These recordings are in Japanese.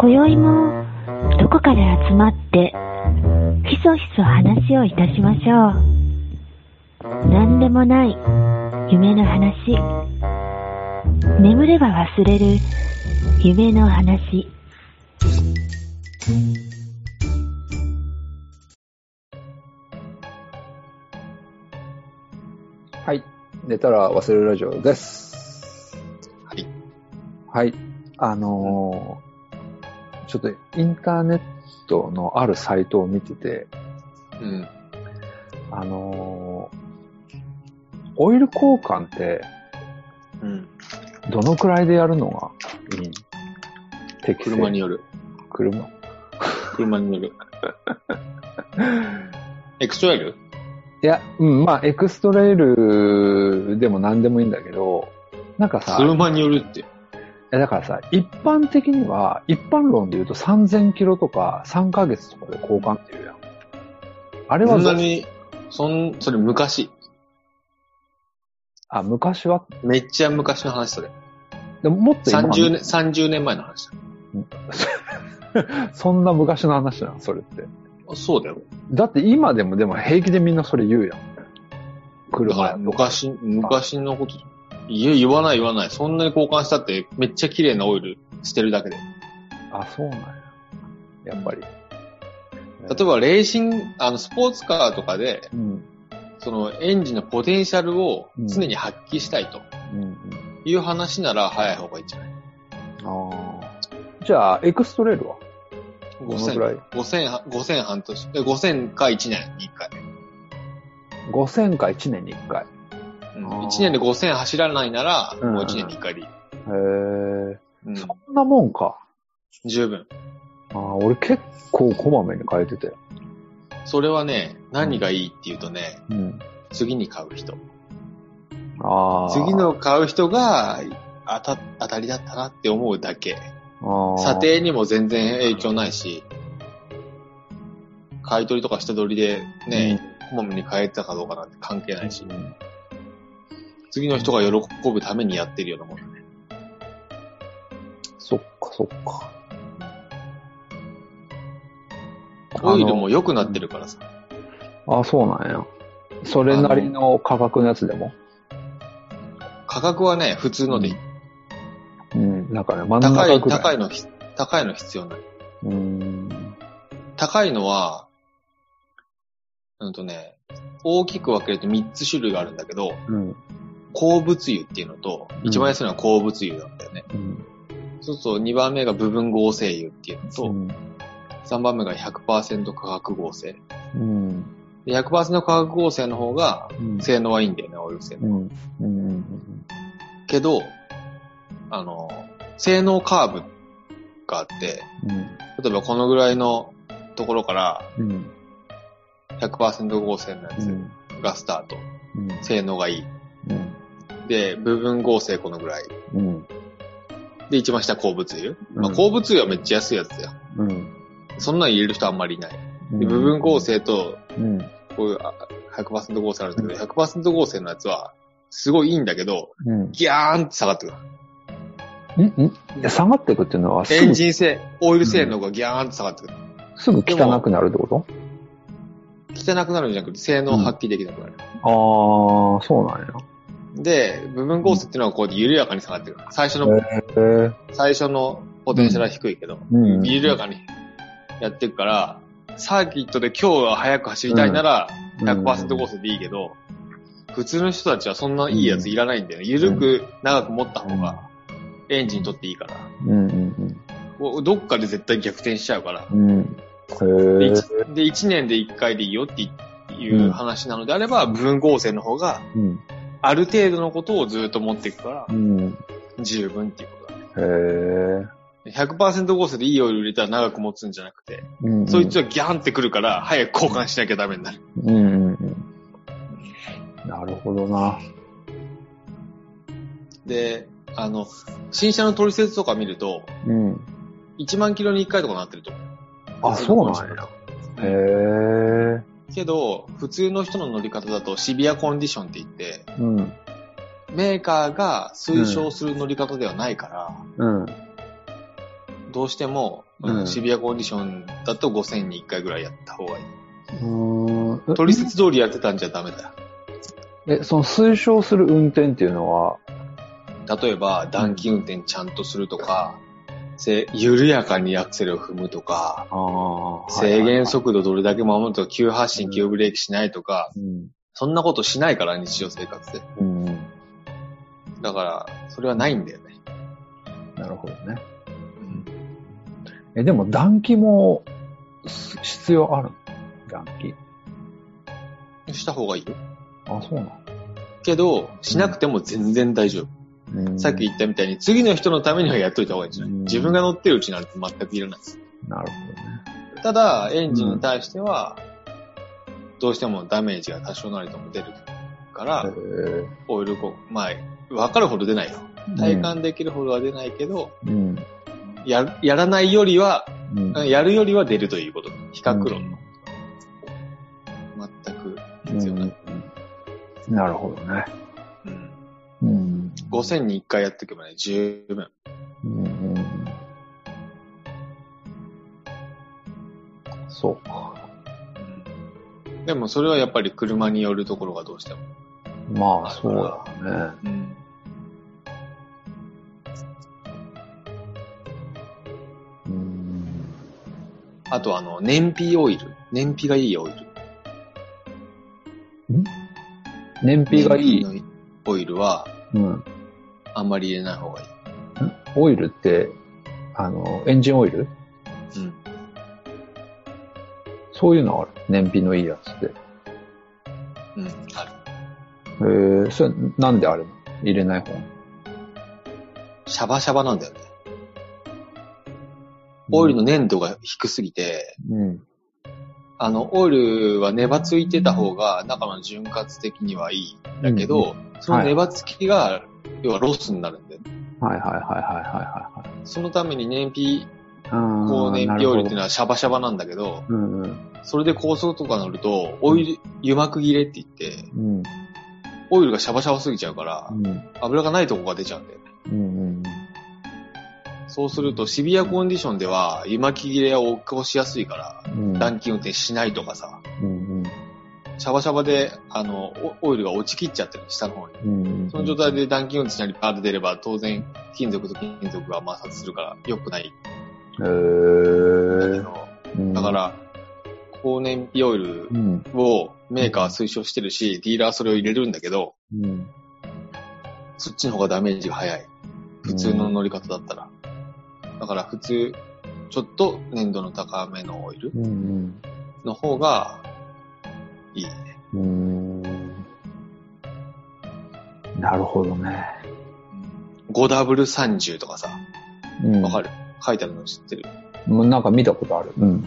今宵もどこかで集まってひそひそ話をいたしましょう何でもない夢の話眠れば忘れる夢の話はい。寝たら忘れるラジオです。はい。はい。あのーちょっとインターネットのあるサイトを見てて、うん。あのーオイル交換ってうん。どのくらいでやるのがいい適正車に。よる。車。 車によ る。エクストライルいや、うん、まあ、エクストレイルでも何でもいいんだけど、なんかさ、車によるって。いやだからさ、一般的には、一般論で言うと3000キロとか3ヶ月とかで交換っていうやん。あれそはんどなに、そん、それ昔。あ、昔は、めっちゃ昔の話それ。でももっと今30年、30年前の話そんな昔の話なの、それって。だ。そうだよ。だって今でもでも平気でみんなそれ言うやん。だか車ら昔、昔のこと、いや、言わない言わない。そんなに交換したって、めっちゃ綺麗なオイル捨てるだけで。あ、そうなんや。やっぱり。例えば、レーシング、あの、スポーツカーとかで、うん、その、エンジンのポテンシャルを常に発揮したいとうん、うん。いう話なら、早い方がいいんじゃないああ。じゃあ、エクストレイルはどのくらい5000、5000、5000半年、え5000か1年に1回。 ?5000 か1年に1回。うんあー1年で5000走らないなら、うんもう1年に1回でいい。へえ。うんそんなもんか。十分。ああ、俺結構こまめに変えてて。それはね、何がいいっていうとね、うん。次に買う人。ああ。次の買う人が当た当たりだったなって思うだけ。ああ査。定にも全然影響ないし、買い取りとか下取りでね、こまめに買えたかどうかなんて関係ないし、うん次の人が喜ぶためにやってるようなもん。そっかそっか。オイルも良くなってるからさ。ああ、そうなんや。それなりの価格のやつでも。価格はね、普通のでいい。うん。なんかね、真ん高中い、くらい。高い。いのひ、高いの必要ない。うん。高いのは、うんとね、大きく分けると3つ種類があるんだけど、うん。鉱物油っていうのと、うん一番安いのは鉱物油なんだよね。うん。そうすると2番目が部分合成油っていうのと、ん。 3番目が100%化学合成。うん。で100%化学合成の方がうん性能はいいんだよね、オイル性う能。ん。うん。けど、あの、性能カーブがあって、うん。例えばこのぐらいのところからうん。 100%合成のやうつん。がスタート。うん。性能がいい。うん。で、部分合成このぐらい。うん。で、一番下鉱物油。まうあ、ん鉱物油はめっちゃ安いやつだよ。うん。そんなん入れる人あんまりいない。うんで、部分合。成と、うん。こういうあ100%合成あるんだけど、100%合成のやつは、すごいいいんだけど、うん。ギャーンって下がってく る。んんいや下がっていくっていうのはすエンぐ、ジン性、オイル性能がギャーンって下がってくる。すぐ汚くなるってこと汚くなるんじゃなくて、性能を発揮できなくなる。ああ、そうなんや。で、部分合成っていうのはこうやって緩やかに下がってくる。最初の、へえ。最初のポテンシャルは低いけど、うん。緩やかにやっていくから、サーキットで今日は速く走りたいなら、100%合成でいいけど、普通の人たちはそんないいやついらないんだよね。緩く長く持った方がエンジンにとっていいから。うんうんおどっかで絶対逆転しちゃうから。うん。うん。で、へえ。 1, で一年で1回でいいよっていう話なのであれば、部分合成の方がうん。ある程度のことをずっと持っていくからうん。十分っていうことだね。へえ。 100%合成でいいオイル入れたら長く持つんじゃなくて、うんうんそいつはギャンってくるから早く交換しなきゃダメになる。うんうんうん。なるほどな。で、あの、新車の取説とか見ると、うん。 1万キロに1回とかなってると思う。あ、そうなんや。へけど、普通の人の乗り方だとシビアコンディションって言って、え。うん。メーカーが推奨する乗り方ではないから、うん。どうしてもあのうんシビアコンディションだと5000に1回ぐらいやった方がいい。うん。えトリセツ通りやってたんじゃダメだ。え、その推奨する運転っていうのは、例えば、暖気運転ちゃんとするとか、せ緩やかにアクセルを踏むとか、ああ制限速速度どれだけ守るとか、急発進、うん急ブレーキしないとか、うん。そんなことしないから、日常生活で。うん。だから、それはないんだよね。なるほどね。え、でも暖気もす必要ある暖気。した方がいいよ。あ、そうなけど、しなくても全然大丈夫。の、うんさっき言ったみたいに、次の人のためにはやっといた方がいいんじゃない、うん自分が乗ってるうちなんて全くいらないです。なるほどね。ただ、エンジンに対しては、どうしてもダメージが多少なりとも出るから、えオイルコまあ、わかるほど出ないよ。ー体感できるほどは出ないけど、うん。や、やらないよりは、うん。やるよりは出るということ。比較論の。全く必要なうい。んなるほどね。うんうん。 5000に1回やっていけばね、十分。うんうんそうか。でもそれはやっぱり車によるところがどうしても。まあ、そうだね。うん。あとあの、燃費オイル。燃費がいいオイル。燃費がいい。燃費のオイルは、うん。んあんまり入れない方がいい。オイルって、あの、エンジンオイルうん。そういうのある。燃費のいいやつって。へうん。ある。えそれなんであれの入れない方シャバシャバなんだよね。オイルの粘度が低すぎて、うん。あの、オイルは粘ついてた方が中の潤滑的にはいい。だけど、その粘つきが、要はロスになるんだよね。はいはいはいはいはいはいはい。そのために燃費、あー高燃費オイルっていなるうのはシャバシャバなんだけど、ほどうんうん。それで高速とか乗ると、オイル、油膜切れって言って、うん。オイルがシャバシャバすぎちゃうからう、ん。油がないとこが出ちゃうんだよね。うん。そうすると、シビアコンディションでは、油巻き切れを起こしやすいから、うん。暖気運転しないとかさ、うん。シャバシャバで、あの、オオイルが落ちきっちゃってる、下の方に。うん。その状態で暖気運転しなりバーって出れば、当然、金属と金属が摩擦するから、良くない。へーうん。だから、高燃費オイルうん。をメーカーは推奨してるし、ディーラーはそれを入れるんだけど、うん。そっちの方がダメージが早い。普通の乗り方だったら。だから普通、ちょっと粘度の高めのオイルうん。うん。の方がいいね。うーんなるほどね。 5W30 とかさ、うんわかる書いてあるの知ってる。もうなんか見たことある。うん。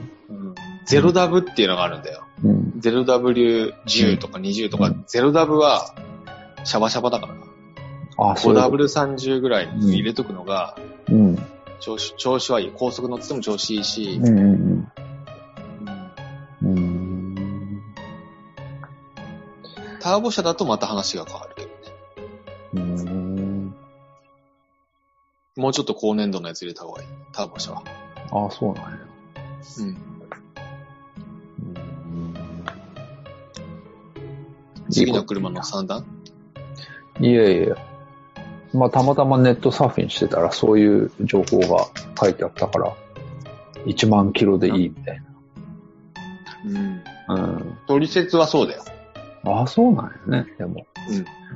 0W っていうのがあるんだよ。うん。 0W10 とか20とか、うん 0W はシャバシャバだから。あ、そういうこと。 5W30 ぐらいに入れとくのがうん。調子、調子はいい。高速乗ってても調子いいし、うんうんうんうん。うーん。ターボ車だとまた話が変わるけどね。うーん。もうちょっと高粘度のやつ入れた方がいい。ターボ車は。あ、そうなんや。うん。うーん次の車の三段いやいや。まあ、たまたまネットサーフィンしてたら、そういう情報が書いてあったから、1万キロでいいみたいうん。な。うん。トリセツはそうだよ。あ、そうなんやね。でも、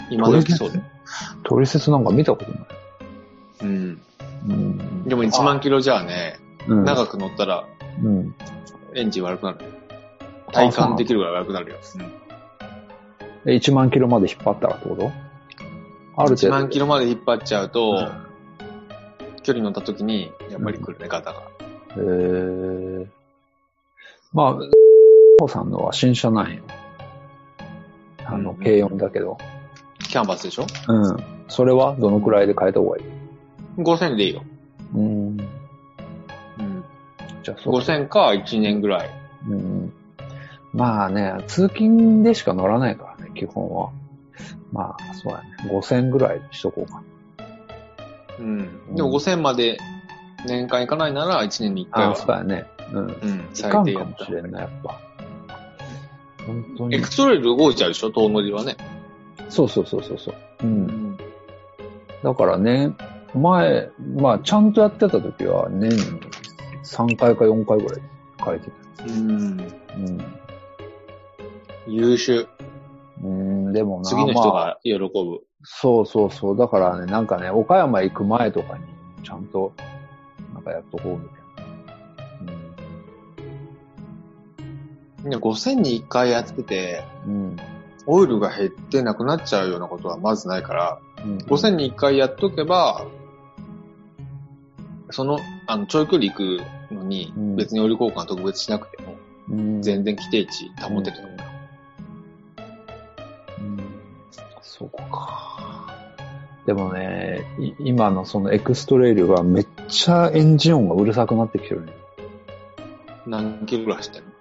今時そうだよ。トリセツなんか見たことない。うん。うんでも1万キロじゃあね、うん長く乗ったらうん。エンジン悪くなる。体感できるぐらい悪くなるよ。え1万キロまで引っ張ったらってことある程1度。万キロまで引っ張っちゃうと、うん距離乗った時に、やっぱり来るね、肩が。えー、まあ、父さんのは新車なんよ。あの、うん軽4だけど。キャンバスでしょうん。それはどのくらいで変えた方がいい ?5000 でいいよ。うん。うん。じゃあ、そう。 5000か1年ぐらい。うん。まあね、通勤でしか乗らないからね、基本は。まあ、そうやね。5000ぐらいしとこうか。うん。でも5000まで年間行かないなら1年に1回ああ、はそう。だよね。うん。うん、い最かん低かやもったし。れんな、やっぱ。本当エにク。トレイル動いちゃうでしょ、遠乗りはね。そうそうそうそうそう。うん。だからね、前、まあ、ちゃんとやってた時は、年3回か4回ぐらい書いてうん。た。うん優秀。うん、でもな、次の人まあ、が喜ぶ。そうそうそう。だからね、なんかね、岡山行く前とかに、ちゃんと、なんかやっとこうみたいね5000に1回やってて、な。うん。うん。オイルが減ってなくなっちゃうようなことはまずないから、うん、 5000に1回やっとけば、その、あの、長距離行くのにうん、別にオイル交換は特別しなくても、うん、全然規定値保てると思う。うんそうか。でもね、い今のそのエクストレイルがめっちゃエンジン音がうるさくなってきてるね。何キロぐらい走ってんの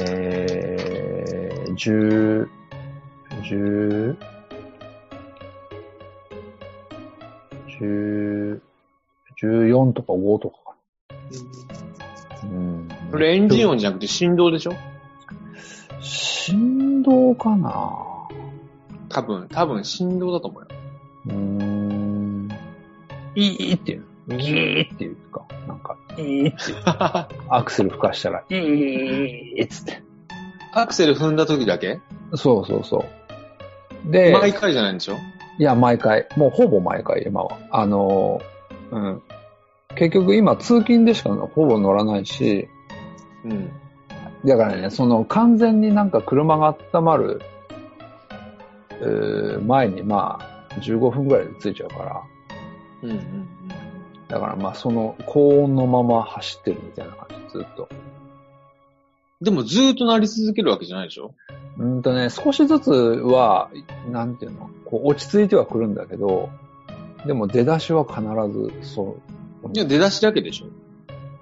えー、十、十、十、十四とか五とかかな。うん。これエンジン音じゃなくて振動でしょ振動かな多分、多分振動だと思うよ。うーん。いいっていう。ギーっていうか、なんか、いいっていう。アクセル吹かしたら、いいっつって。アクセル踏んだ時だけそうそうそう。で、毎回じゃないんでしょいや、毎回。もうほぼ毎回、今は。あのー、うん。結局今、通勤でしかほぼ乗らないし、うん。だからね、その完全になんか車が温まる、えー前にまあ、15分ぐらいで着いちゃうから、うんうんうん。だからまあ、その高温のまま走ってるみたいな感じ、ずっと。でもずーっと鳴り続けるわけじゃないでしょうんとね、少しずつは、なんていうの、こう落ち着いてはくるんだけど、でも出だしは必ず、そう。いや、出だしだけでしょ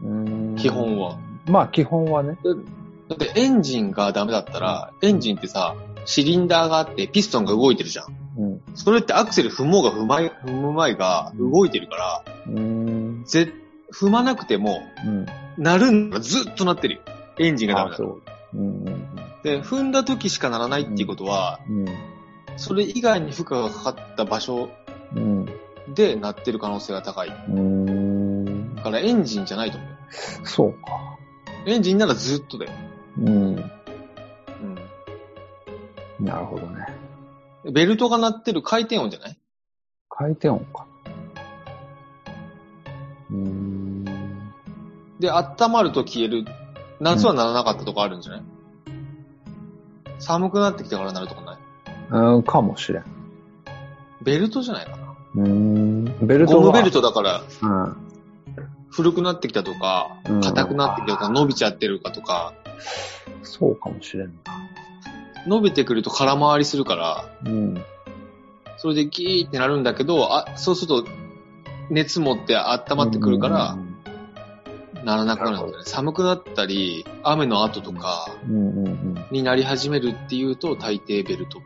うん基本は。まあ基本はね。だってエンジンがダメだったら、エンジンってさ、シリンダーがあってピストンが動いてるじゃん。うん。それってアクセル踏もうが踏まい、踏むまいが動いてるから、うん。ぜ、踏まなくても、うん。鳴るんだずっと鳴ってるよ。エンジンがダメだあ。そう。うん。うんで、踏んだ時しか鳴らないっていうことは、うん。それ以外に負荷がかかった場所うん。で鳴ってる可能性が高い。だうん。うんからエンジンじゃないと思う。そうか。エンジンならずっとだよ。うん。うん。なるほどね。ベルトが鳴ってる回転音じゃない回転音か。うん。で、温まると消える。夏は鳴らなかったとかあるんじゃない、寒くなってきたから鳴るとかないうん、かもしれん。ベルトじゃないかなうん。ベルトゴムがベルトだからうん。古くなってきたとかうん、硬くなってきたとか、伸びちゃってるかとか、そうかもしれんな。伸びてくると空回りするから、うん。それでギーってなるんだけど、あ、そうすると熱持って温まってくるから、ならなくなるんだよね。寒くなったり、雨の後とかうんうんうんになり始めるっていうと、大抵ベルト。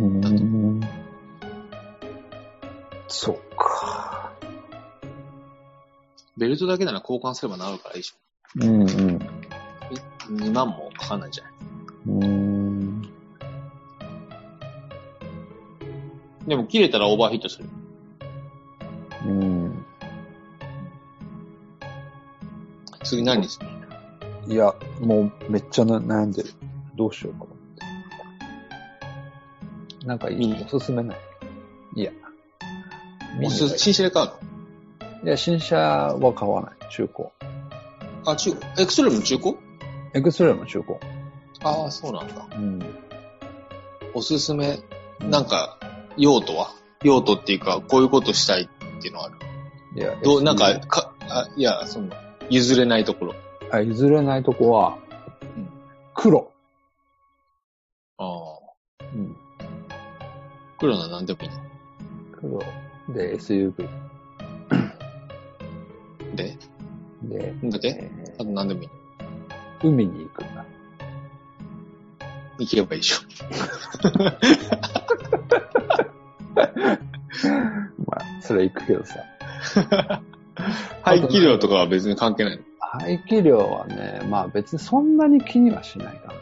うん。うん。そっか。ベルトだけなら交換すればなるからいいでしょ。うんうん。 2万もかかんないじゃん。うーん。でも切れたらオーバーヒットする。うん。次何にするいや、もうめっちゃな悩んでる。どうしようかな。なんかいい、ミニおすすめない。いや。ミニおすがいい新車で買ういや、新車は買わない。中古。のあ、中古。エクストリーム中古エクストレムの中古。ああ、そうなんだ。うん。おすすめ、なんか、用途は用途っていうか、こういうことしたいっていうのはある。いや、どう、 SUV なんか、か、あいや、その、譲れないところ。あ、譲れないとこは、黒。ああ。うん。黒なら何でもいいの。黒。で、SUV。で、で、なんだっけえあと何でもいいの。ー海に行くんだ。行けばいいでしょ。 まあ、それ行くけどさ。排気量とかは別に関係ない。排気量はね、まあ別にそんなに気にはしないか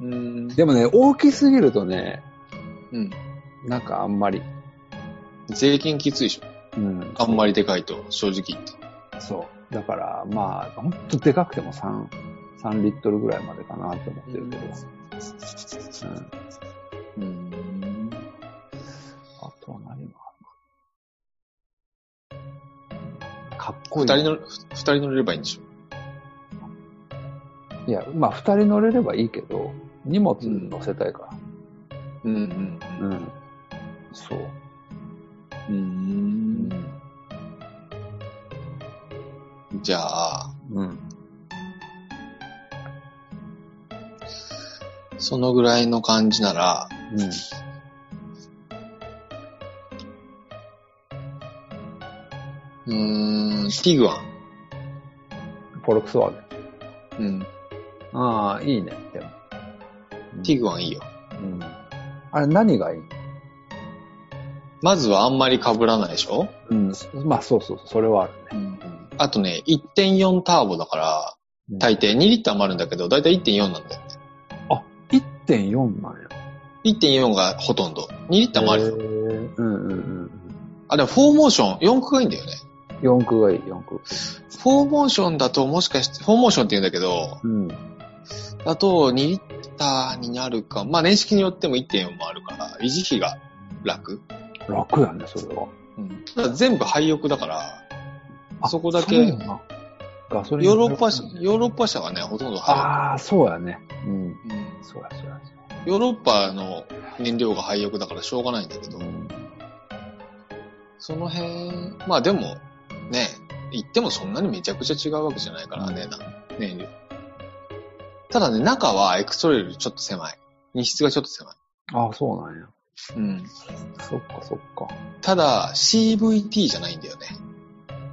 うんな。。でもね、大きすぎるとね、うん。なんかあんまり、税金きついでしょ。うん、あんまりでかいと、正直言って。そう。だから、まあ、ほんとでかくても3、3リットルぐらいまでかなと思ってるけど、うん。うん。あとは何があるか。かっこい二い。人乗る、二人乗れればいいんでしょ。いや、まあ、二人乗れればいいけど、荷物乗せたいかうんうんら。うん。そう。うん。じゃあ、うん。そのぐらいの感じなら、うん。うーん、ティグワン。フォルクスワーゲン。うん。ああ、いいね。でも。ティグワンいいよ。うん。あれ、何がいいまずはあんまり被らないでしょうん。まあ、そうそうそう、それはあるね。あとね、1.4ターボだから、うん大抵2リッターもあるんだけど、大体1.4なんだよね。 1.4なんや。 1.4がほとんど。2リッターもあるへよ。ーうんうんうんあ、でも4モーション、4駆がいいんだよね。うん。4区がいい、4区。 4モーションだともしかして、4モーションって言うんだけど、うん。だと2リッターになるか、まあ年式によっても1.4もあるから、維持費が楽。楽やね、それは。うん、ただ全部廃屋だから、あそこだけうやなガソリン。ヨーロッパ車、ヨーロッパ車はね、ほとんど廃屋。ああ、そうやね。うん。うんそうや、そうや。ヨーロッパの燃料が廃屋だからしょうがないんだけど、その辺、まあでも、ね、行ってもそんなにめちゃくちゃ違うわけじゃないからね、な燃料。ただね、中はエクストレールちょっと狭い。荷室がちょっと狭い。ああ、そうなんや。うん。そっか、そっか。ただ、CVT じゃないんだよね。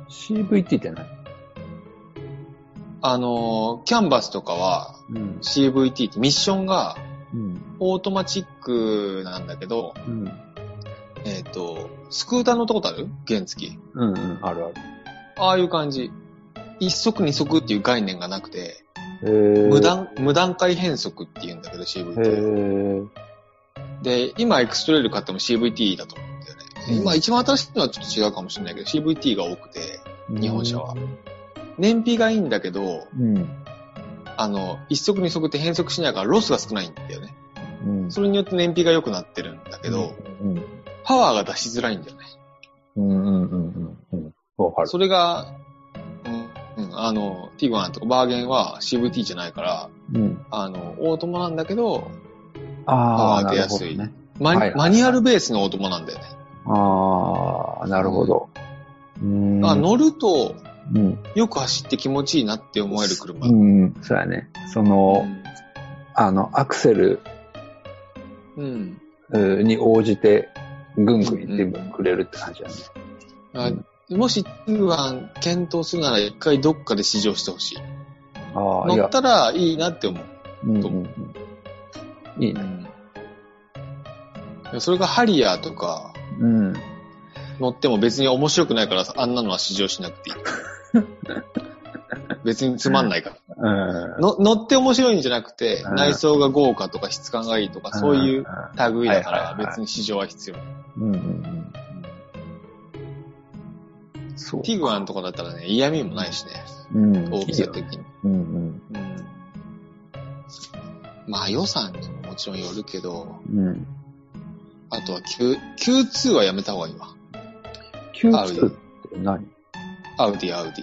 CVT って何あのー、キャンバスとかはうん。 CVT ってミッションがうん。オートマチックなんだけど、うん。えっ、と、スクーター乗ったことある原付き。うん、うん、あるある。ああいう感じ。一足二足っていう概念がなくて、えー無段、無段階変速って言うんだけどえ CVT。で、今エクストレール買っても CVT だと思うんだよね。うん今一番新しいのはちょっと違うかもしれないけど、CVT が多くて、日本車は。燃費がいいんだけど、うん。あの、一足二足って変速しないからロスが少ないんだよね。うん。それによって燃費が良くなってるんだけど、うん、パワーが出しづらいんだよね。うん、うん、うん、うん。わかる。それが、うん、うん、あの、ティグワンとかバーゲンは CVT じゃないから、うん。あの、オートマなんだけど、ああ、パワーな出るやほすどいね。マニ,、はいはいマニュアルベースのオートマなんだよね。ああ、なるほど。うーん。あ乗ると、うん。よく走って気持ちいいなって思える車。ううんん、そうやね。その、あの、アクセルうん。うんに応じて、ぐんぐん行ってくれるって感じだね。あもし、ティグワン検討するなら一回どっかで試乗してほしい。ああ、い乗っや、たらいいなって思う。うんうんうんいいね。うんそれがハリアーとかうん。乗っても別に面白くないからあんなのは試乗しなくて いい。別につまんないから。うん。の乗って面白いんじゃなくて、うん内装が豪華とか質感がいいとか、そういう類だかはいらはいはい別に市場は必要。うん。うんうんうん。そう。ティグワンとかだったらね、嫌味もないしね、うん。大きさ的に。うんうん。うんまあ予算にももちろんよるけど、うん。あとは Q、Q2 はやめた方がいいわ。 Q2 って何アウディ、アウディ。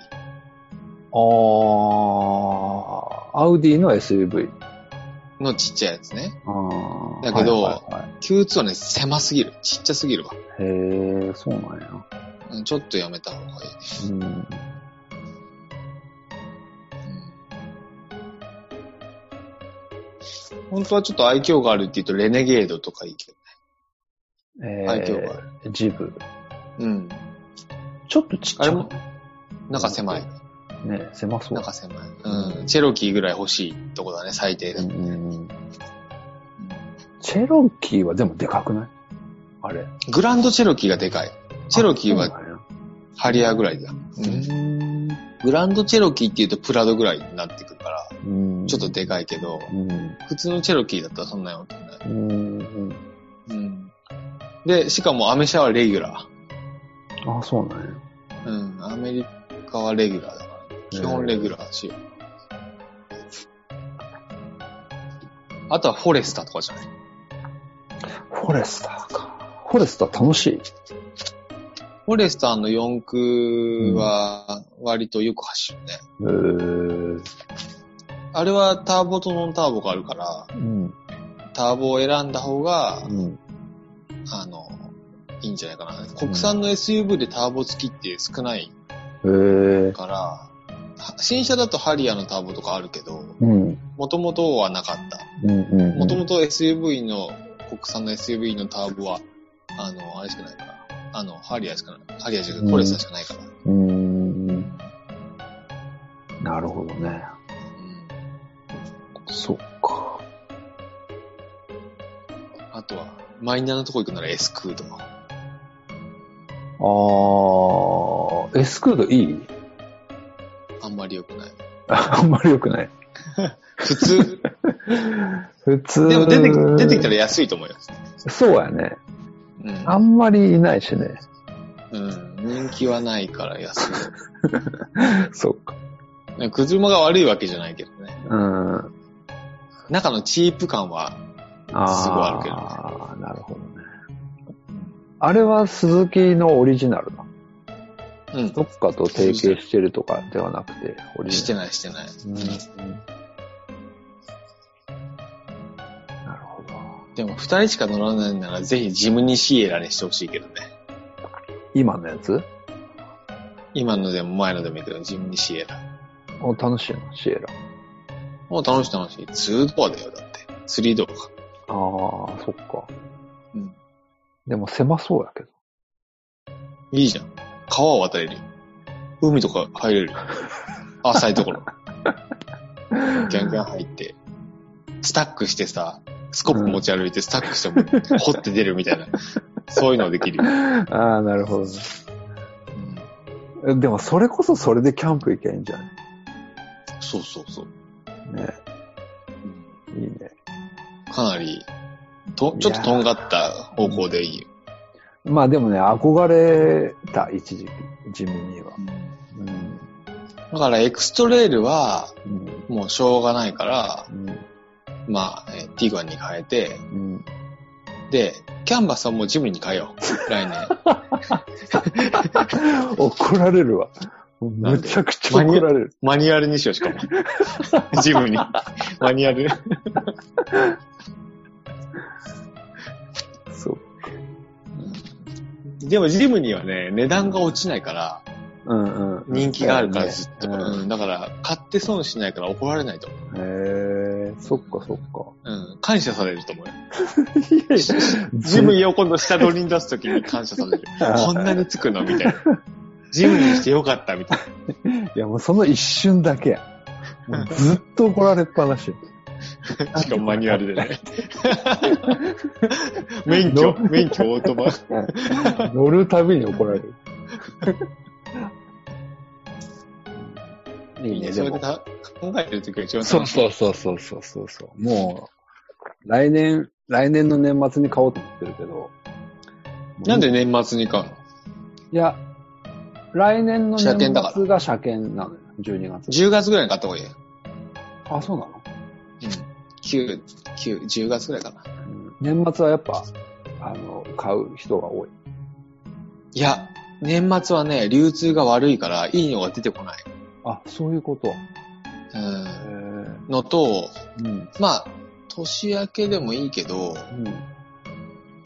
ああ、アウディの SUV。のちっちゃいやつね。あーだけどはいはいはい Q2 はね、狭すぎる。ちっちゃすぎるわ。へえ、そうなんや。うんちょっとやめた方がいい。うん。本当はちょっと愛嬌があるって言うと、レネゲードとかいいけど。え愛嬌がある。ー、ジブ。うん。ちょっとちっちゃあれい。も、中狭い。ね、狭そう。中狭い。うん。チェロキーぐらい欲しいとこだね、最低でうも。ん。チェロキーはでもでかくないあれ。グランドチェロキーがでかい。チェロキーあそはうなんやハリアーぐらいだ。う。うんんグランドチェロキーっていうとプラドぐらいになってくるから、うんちょっとでかいけど、うん。普通のチェロキーだったらそんなに大きくない。うん。うん。うん。で、しかもアメ車はレギュラあ、そうなんや。ー。うん、アメリカはレギュラーだから、基本レギュラーだし。あとはフォレスタとかじゃないフォレスターか。フォレスター楽しい。フォレスターの4区は割とよく走るね。えー、あれはターボとノンターボがあるから、うん。ターボを選んだ方が、うん。あの、いいんじゃないかな。国産の SUV でターボ付きって少ないえー、から、は新車だとハリアーのターボとかあるけど、うん。もともとはなかった。うん。うん。もともと SUV の、国産の SUV のターボは、あの、あれしかないから、あの、ハリアーしかない。ハリアーじゃなくてフォレスターしかないから。うーん。なるほどね。うんそっか。あとは、マイナーのとこ行くなら S クード。あー、エスクードい いあんまり良くない。あんまり良くない。普通、普通。でも出てき出てきたら安いと思います。そうやね。うんあんまりいないしね。うん、人気はないから安そっか。い。ね車が悪いわけじゃないけどね。うん。あ中のチープ感は、ーすごいあるけどねなるほどね。あれは鈴木のオリジナルなのうん、どっかと提携してるとかではなくて、オリしてジナないしてない。ル。うん。なるほど。でも二人しか乗らないならぜひジムニシエラにしてほしいけどね。今のやつ今のでも前のでもいいけど、ジムニシエラ。お楽しいの、シエラ。もう楽しい楽しい。2ドアだよ、だって。3ドアか。ああ、そっか。うん。でも狭そうやけど。いいじゃん。川を渡れるよ。海とか入れ るよ。浅いところ。ギャンギャン入って、スタックしてさ、スコップ持ち歩いてスタックしても、掘って出るみた いな。そういうのできるよ。 ああ、なるほどね。えでもそれこそそれでキャンプ行けばいいんじゃないそうそうそう。ね。いいね。かなり、と、ちょっととんがった方向でいいよ。まあでもね、憧れた、一時期、ジムニーは。うん。だからエクストレイルは、うん。もうしょうがないから、うん。まあ、えーティガンに変えて、うん。で、キャンバスはもうジムに変えよう。来年。怒られるわ。もうむちゃくちゃ怒られる。 マニュアルにしよう、し かも。ジムに。マニュアル。そう。でもジムにはね、値段が落ちないから、うんうん。人気があるからずっと。うんうん、だから、買って損しないから怒られないと思う。へえ、そっかそっか。うん、感謝されると思うよ。いやいやジムを今度下取りに出すときに感謝さ れる。こんなにつくのみたいな。ジムにしてよかったみたいいや、もうその一瞬だ けや。もうずっと怒られっぱなし。 な。しかもマニュアルでね。 免許、免許オートマ。乗るたびに怒られる。 いいね、そでれでも。考えてるときが一番そう楽しい。そうそうそうそうそうそう。もう、来年、来年の年末に買おうと思ってるけど。なんで年末に買うのいや、来年の車検年だから末が車検なのよ。12月。 10月ぐらいに買った方がいいよ。あ、そうなのうん。9、9、10月ぐらいかな。うん年末はやっぱ、あの、買う人が多い。いや、年末はね、流通が悪いから、いいのが出てこない。あ、そういうこと。へうえん。のと、うん。まあ、年明けでもいいけど、うん。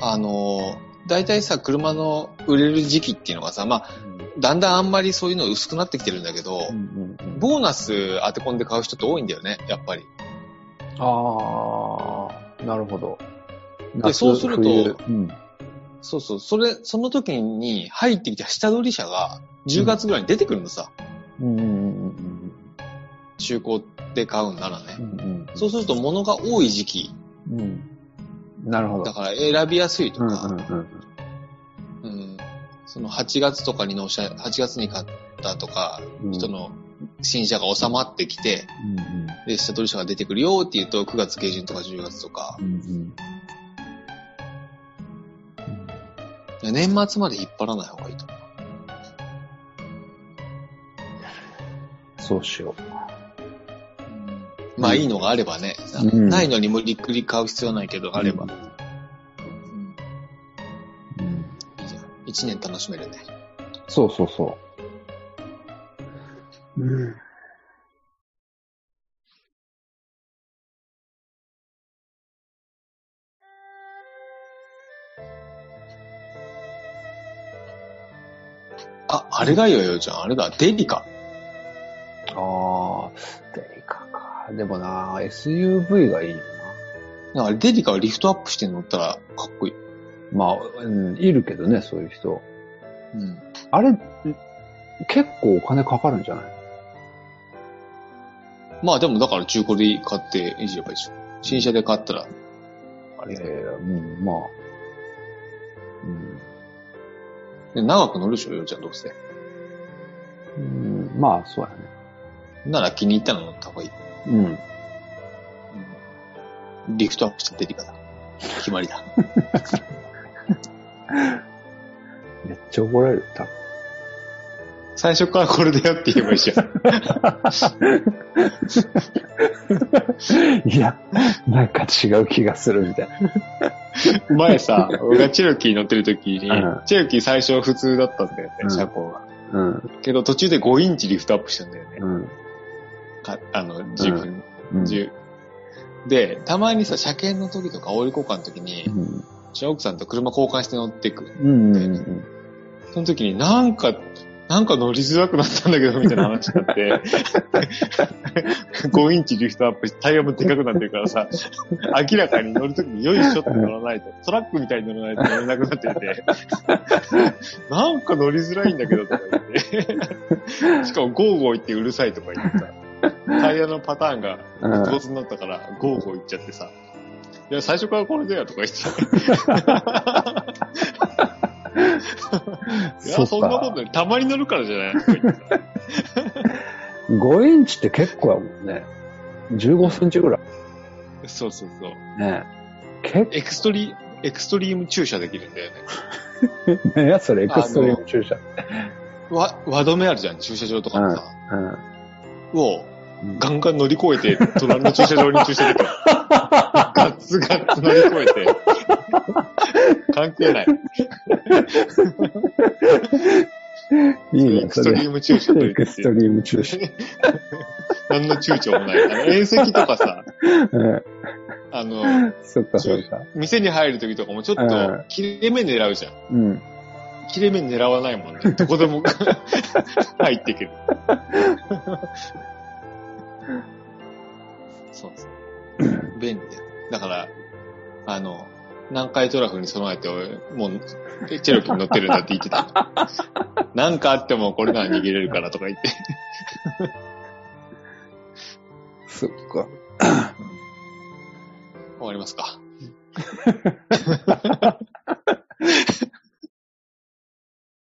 あの、大体さ、車の売れる時期っていうのがさ、まあ、だんだんあんまりそういうの薄くなってきてるんだけど、うんうんうんボーナス当て込んで買う人って多いんだよね、やっぱり。ああ、なるほど。夏そうすると冬うん、そうそう、それ、その時に入ってきた下取り車が、10月ぐらいに出てくるのさ、うんうん中古で買うんならね。うんうんうんそうすると物が多い時期、うんうんなるほだど。から選びやすいとうんうか、んうんうんその8月とかに納車、8月に買ったとか、うん人の新車が収まってきて、で、下取り車が出てくるよって言うと、9月下旬とか10月とか、うんうん。年末まで引っ張らない方がいいと思う。そうしよまあ、いいのがあればね、うんないのに無理くり買う必要はないけど、あれば、ううんう。うんいいじゃん。1年楽しめるね。そうそうそう。うん。あ、あれがいいよ、ようちゃん。あれだ、デリカ。ああ、デリカか。でもな、SUV がいいよなんかあれデリカはリフトアップして乗ったらかっこいい。な。まあ、うん、いるけどね、そういう人。うん。あれ、結構お金かかるんじゃないまあでもだから中古で買っていじればいいじゃん。新車で買ったら、あれいやいや、うん、まあ。うんで長く乗るでしょ、ようちゃんどうせ。うん、まあ、そうやね。なら気に入ったの乗った方がいい。うん。リフトアップしたデリカだ。決まりだ。めっちゃ怒られる、多最初からこれだよって言えばいいじ ゃん。分 いや、なんか違う気がするみたいな。前さ、俺がチェロキー乗ってる時に、うんチェロキー最初普通だったんだよね、うん車高が。うん、けど途中で5インチリフトアップしたんだよね。うん、かあの、10分、うん。 10。で、たまにさ、車検の時とか、オイル交換の時にう、ん、うちの奥さんと車交換して乗ってく。うん、うんうん。その時になんか、なんか乗りづらくなったんだけど、みたいな話になって、5インチリフトアップして、タイヤもでかくなってるからさ、明らかに乗る時によいしょって乗らないと、トラックみたいに乗らないと乗れなくなってて、なんか乗りづらいんだけど、とか言って、しかもゴーゴー言ってうるさいとか言ってさ、タイヤのパターンがうん突になったから、ゴーゴー言っちゃってさ、いや、最初からこれだよとか言ってた。いそや、うそんかなことない。たまに乗るからじゃないとか言ってた。 5インチって結構やもんね。15センチぐらい。そうそうそう。ね結エクストリ、エクストリーム注射できるんだよね。構ね、それエクストリーム注射。わ、輪止めあるじゃん、駐車場とかのさ。を、うん。ガンガン乗り越えて、隣の駐車場に駐車 できる。ガッツガッツ乗り越えて。関係ない。いいエね、クそストれ。リーム注射と言エってクストリーム注射。 何の躊躇もない。あの、遠赤とかさ、うんあの、そっか、そっか。店に入る時とかもちょっうんと、切れ目狙うじゃん。うん。切れ目狙わないもんね。どこでも 入ってくる。そうそう。便利だよ。だから、あの、南海トラフに備えて、俺もう、チェロキーに乗ってるんだって言ってた。なんかあってもこれなら逃げれるからとか言って。そっか。終わりますか。